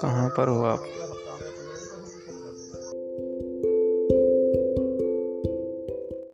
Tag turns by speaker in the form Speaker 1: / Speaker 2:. Speaker 1: कहाँ पर हो आप